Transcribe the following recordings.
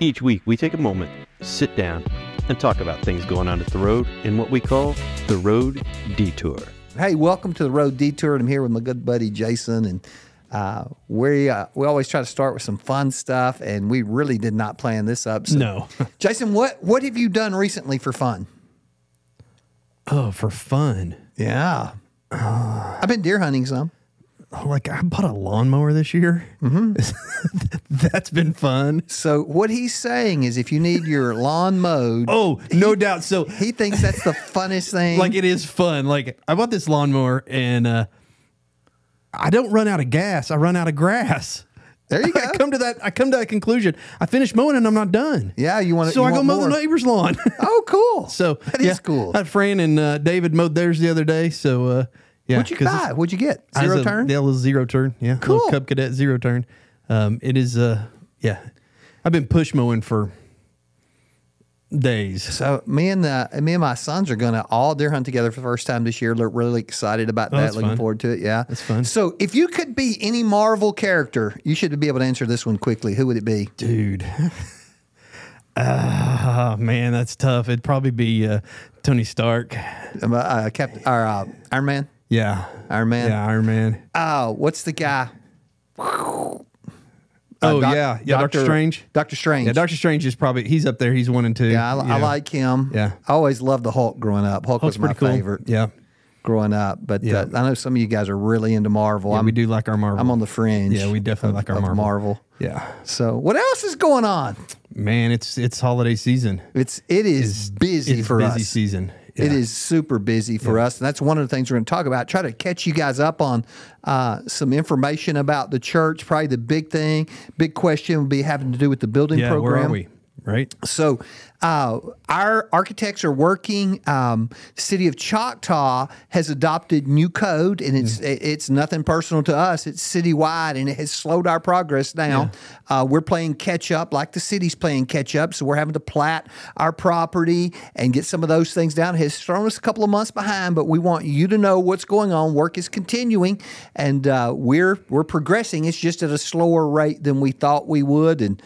Each week, we take a moment, sit down, and talk about things going on at the road in what we call the road detour. Hey, welcome to the Road Detour. I'm here with my good buddy Jason, and uh, we uh, we always try to start with some fun stuff, and we really did not plan this up. So. No. Jason, what what have you done recently for fun? Oh, for fun. Yeah, I've been deer hunting some. Oh, Like I bought a lawnmower this year. Mm-hmm. That's been fun. So what he's saying is, if you need your lawn mowed, Oh, no doubt. So he thinks that's the funnest thing. like it is fun. Like I bought this lawnmower and uh I don't run out of gas. I run out of grass. there you go. I come to that I come to that conclusion. I finish mowing and I'm not done. Yeah, you wanna- So you I go want mow the more. neighbor's lawn. Oh, cool. so that is yeah, cool. I had Fran and uh, David mowed theirs the other day. So uh yeah. What'd you 'cause it's- buy? What'd you get? I was Zero a- turn. Yeah, a little zero turn. Yeah. a little Cool. Cub Cadet zero turn. Um, it is, uh, yeah. I've been push mowing for days. So me and uh, me and my sons are gonna all deer hunt together for the first time this year. Look really excited about that. Oh, that's Looking fun. forward to it. Yeah, That's fun. So if you could be any Marvel character, you should be able to answer this one quickly. Who would it be? Dude. Ah, man, that's tough. It'd probably be uh, Tony Stark. Um, uh, uh, Captain or uh, Iron Man? Yeah. Iron Man. Yeah, Iron Man. Oh, what's the guy? Uh, oh, yeah. Yeah, Doctor Strange. Doctor Strange. Yeah, Doctor Strange is probably, he's up there. He's one and two. Yeah, I, I Yeah. like him. Yeah. I always loved the Hulk growing up. Hulk was Hulk's my pretty cool. favorite Yeah. growing up. But Yeah. uh, I know some of you guys are really into Marvel. yeah I'm, we do like our Marvel. I'm on the fringe. Yeah, we definitely like our of Marvel. Marvel. Yeah. So what else is going on? Man, it's it's holiday season. It's it is busy it's for busy us. season. It Yeah. is super busy for us, and that's one of the things we're going to talk about. Try to catch you guys up on uh, some information about the church. Probably the big thing, big question would be having to do with the building yeah, program. where are we? Right? So, uh, our architects are working. Um, City of Choctaw has adopted new code, and it's it- it's nothing personal to us. It's citywide, and it has slowed our progress down. Uh, we're playing catch up, like the city's playing catch up. So we're having to plat our property and get some of those things down. It has thrown us a couple of months behind, but we want you to know what's going on. Work is continuing, and uh, we're we're progressing. It's just at a slower rate than we thought we would, and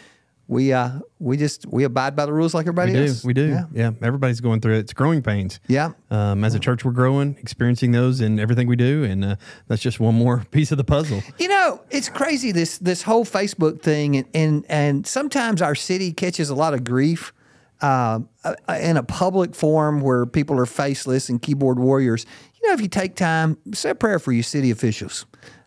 we uh we just we abide by the rules like everybody We do. else. We do. Yeah. Yeah. Everybody's going through it. It's growing pains. Yeah. Um, as a church, we're growing, experiencing those in everything we do. And uh, that's just one more piece of the puzzle. You know, it's crazy this this whole Facebook thing, and and, and sometimes our city catches a lot of grief um, uh, in a public forum where people are faceless and keyboard warriors. You know, if you take time, say a prayer for your city officials.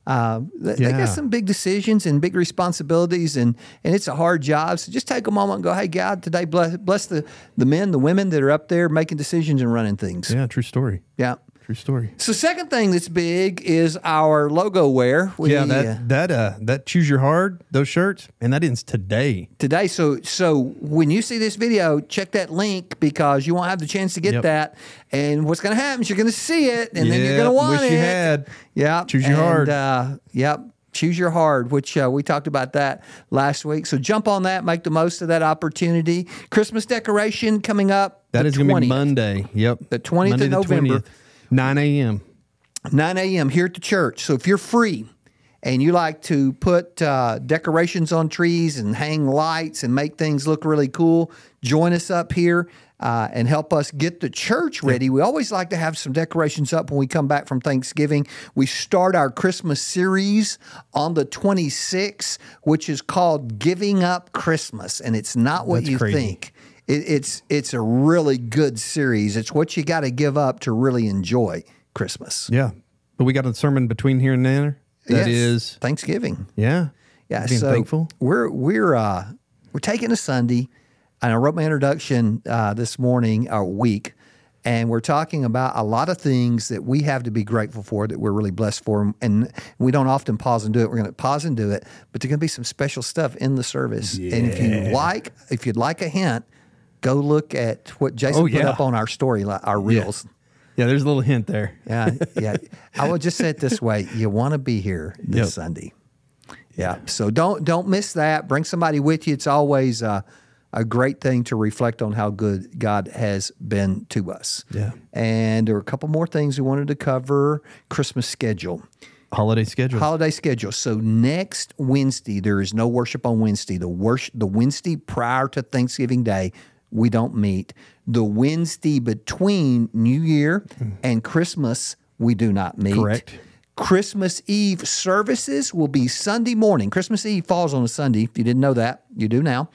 Uh, th- They Yeah. got some big decisions and big responsibilities, and and it's a hard job. So just take a moment and go, "Hey God, today bless bless the the men, the women that are up there making decisions and running things." Yeah. True story. yeah. True story. So second thing that's big is our logo wear. We, Yeah. uh, That, that, uh, that choose your hard, those shirts, and that ends today. today. So so when you see this video, check that link because you won't have the chance to get Yep. that. And what's going to happen is you're going to see it, and then you're Yep, going to want wish it. you had. Yep. Choose your and, hard. Uh, yep. Choose your hard, which uh, we talked about that last week. So jump on that, make the most of that opporty. Christmas decoration coming up. That the is going to be 20th. Monday. Yep. The 20th of Monday the November. 9 a.m. 9 a.m. here at the church. So if you're free and you like to put uh, decorations on trees and hang lights and make things look really cool, join us up here uh, and help us get the church ready. We always like to have some decorations up when we come back from Thanksgiving. We start our Christmas series on the 26th, which is called Giving Up Christmas. And it's not what That's you crazy. think. It, it's it's a really good series. It's what you got to give up to really enjoy Christmas. Yeah. But we got a sermon between here and there. That Yes, is, Thanksgiving. yeah. Yeah, Being so thankful. We're we're uh, we're taking a Sunday, and I wrote my introduction uh, this morning or week, and we're talking about a lot of things that we have to be grateful for that we're really blessed for, and we don't often pause and do it. We're going to pause and do it, but there's going to be some special stuff in the service, and if you like, if you'd like a hint. Go look at what Jason Oh, put yeah. up on our story, li- our reels. Yeah. There's a little hint there. Yeah, yeah. I will just say it this way: you want to be here this Yep. Sunday. Yeah. So don't don't miss that. Bring somebody with you. It's always uh, a great thing to reflect on how good God has been to us. Yeah. And there were a couple more things we wanted to cover. Christmas schedule. holiday schedule. holiday schedule. So next Wednesday, there is no worship on Wednesday. The worship, the Wednesday prior to Thanksgiving Day, we don't meet. The Wednesday between New Year and Christmas, we do not meet. Correct. Christmas Eve services will be Sunday morning. Christmas Eve falls on a Sunday. If you didn't know that, you do now.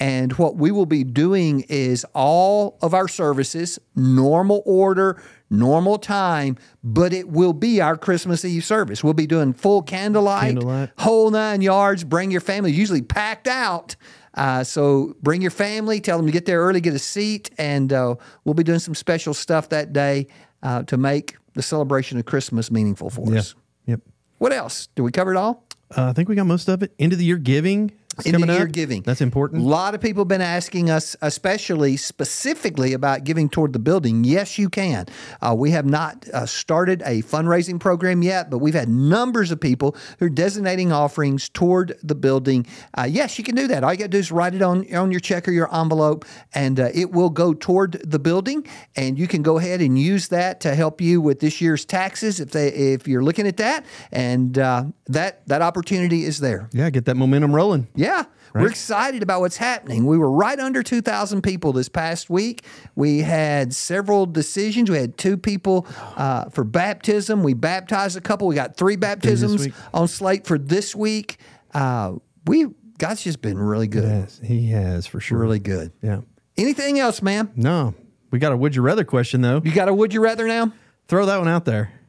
And what we will be doing is all of our services, normal order, normal time, but it will be our Christmas Eve service. We'll be doing full candlelight, Candlelight. whole nine yards. Bring your family, usually packed out. Uh, so bring your family, tell them to get there early, get a seat, and uh, we'll be doing some special stuff that day uh, to make the celebration of Christmas meaningful for Yeah. us. Yep. What else? Did we cover it all? Uh, I think we got most of it. End of the year giving. is End of coming the year up. giving. That's A important. lot of people have been asking us, especially specifically about giving toward the building. Yes, you can. Uh, we have not uh, started a fundraising program yet, but we've had numbers of people who are designating offerings toward the building. Uh, yes, you can do that. All you got to do is write it on on your check or your envelope, and uh, it will go toward the building. And you can go ahead and use that to help you with this year's taxes if they if you're looking at that. And uh, that that opportunity is there. Yeah, get that momentum rolling. Yeah. We're excited about what's happening. We were right under 2,000 people this past week. We had several decisions. We had two people uh, for baptism. We baptized a couple. We got three baptisms week. on slate for this week. Uh, we God's just been really good, Yes, he has for sure. really good. Yeah. Anything else, ma'am? No, we got a would you rather question though. You got a would you rather now? Throw that one out there.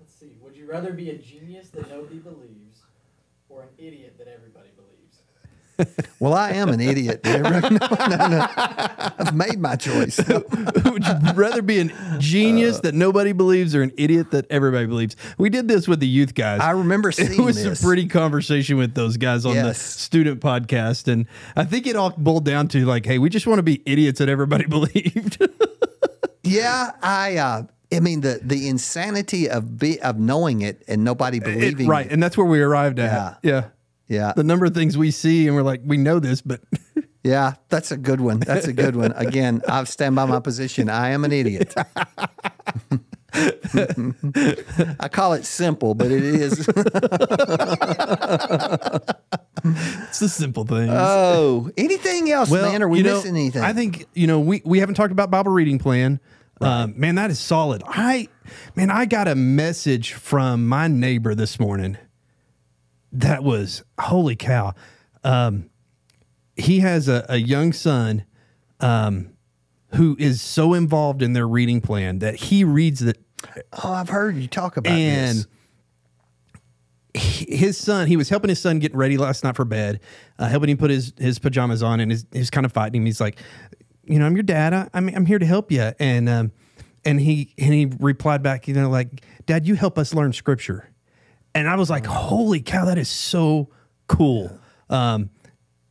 Let's see. Would you rather be a genius that nobody believes, or an idiot that everybody believes? Well, I am an idiot. Did everyone- no, no, no. I've made my choice. would you rather be a genius Uh. that nobody believes or an idiot that everybody believes? We did this with the youth guys. I remember it seeing was this. a pretty conversation with those guys on the Yes. student podcast, and I think it all boiled down to like, hey, we just want to be idiots that everybody believed. Yeah, I. Uh, I mean the the insanity of be, of knowing it and nobody It- believing. right, It. and that's where we arrived at. Yeah. Yeah, the number of things we see, and we're like, we know this, but yeah. That's a good one. That's a good one. Again, I stand by my position. I am an idiot. I call it simple, but it is. it's the simple things. Oh, anything else, man? Are we you know, missing anything? I think you know we we haven't talked about Bible reading plan. Um, man, that is solid. I man, I got a message from my neighbor this morning. That was holy cow. Um, he has a, a young son um, who is so involved in their reading plan that he reads it Oh, I've heard you talk about and this. h- his son he was helping his son get ready last night for bed uh, helping him put his his pajamas on and he's, he's kind of fighting him he's like you know i'm your dad I, I'm, I'm here to help you and um and he and he replied back you know like dad you help us learn scripture and i was like holy cow that is so cool um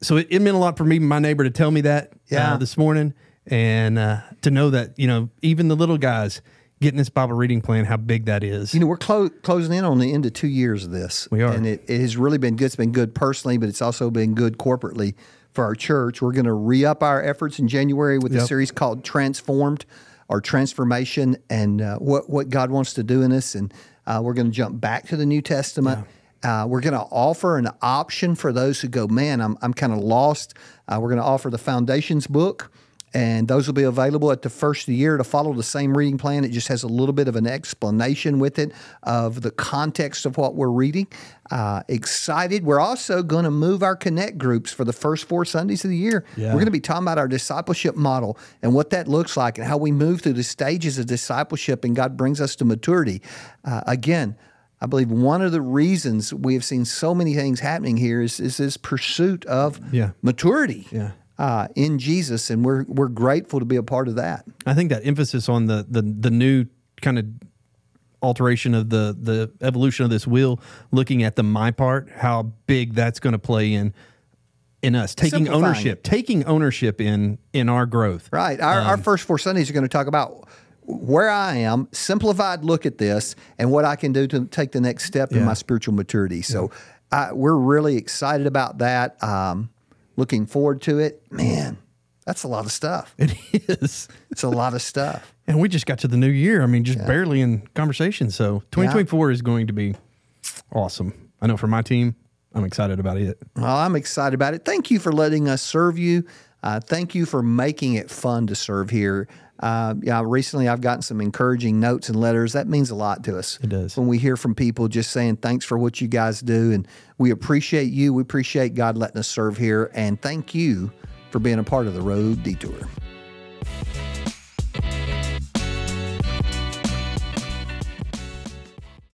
so it, it meant a lot for me my neighbor to tell me that Yeah. uh, this morning and uh, to know that you know even the little guys getting this bible reading plan how big that is You know, we're clo- closing in on the end of two years of this. We are. And it, it has really been good. It's been good personally, but it's also been good corporately for our church. We're going to re up our efforts in January with a Yep. series called Transformed or Transformation and uh, what, what God wants to do in us. And uh, we're going to jump back to the New Testament. Uh, we're going to offer an option for those who go, man, I'm, I'm kind of lost. Uh, we're going to offer the Foundations book. And those will be available at the first of the year to follow the same reading plan. It just has a little bit of an explanation with it of the context of what we're reading. Uh, excited. We're also going to move our connect groups for the first four Sundays of the year. Yeah. We're going to be talking about our discipleship model and what that looks like and how we move through the stages of discipleship and God brings us to maturity. Uh, again, I believe one of the reasons we have seen so many things happening here is, is this pursuit of Yeah. maturity Yeah. uh, in Jesus, and we're we're grateful to be a part of that. I think that emphasis on the the the new kind of alteration of the the evolution of this wheel, looking at the my part, how big that's going to play in in us taking Simplifying ownership, taking ownership in in our growth. Right. Our, our first four Sundays are going to talk about where I am, simplified look at this, and what I can do to take the next step in my spiritual maturity. So I, we're really excited about that. Um, looking forward to it, man. That's a lot of stuff. It is. It's a lot of stuff. And we just got to the new year. I mean, just barely in conversation. So 2024 is going to be awesome. I know for my team, I'm excited about it. Well, I'm excited about it. Thank you for letting us serve you. Uh, thank you for making it fun to serve here. Uh, yeah, recently I've gotten some encouraging notes and letters. That means a lot to us. It does. When we hear from people just saying thanks for what you guys do, and we appreciate you. We appreciate God letting us serve here, and thank you for being a part of the road detour.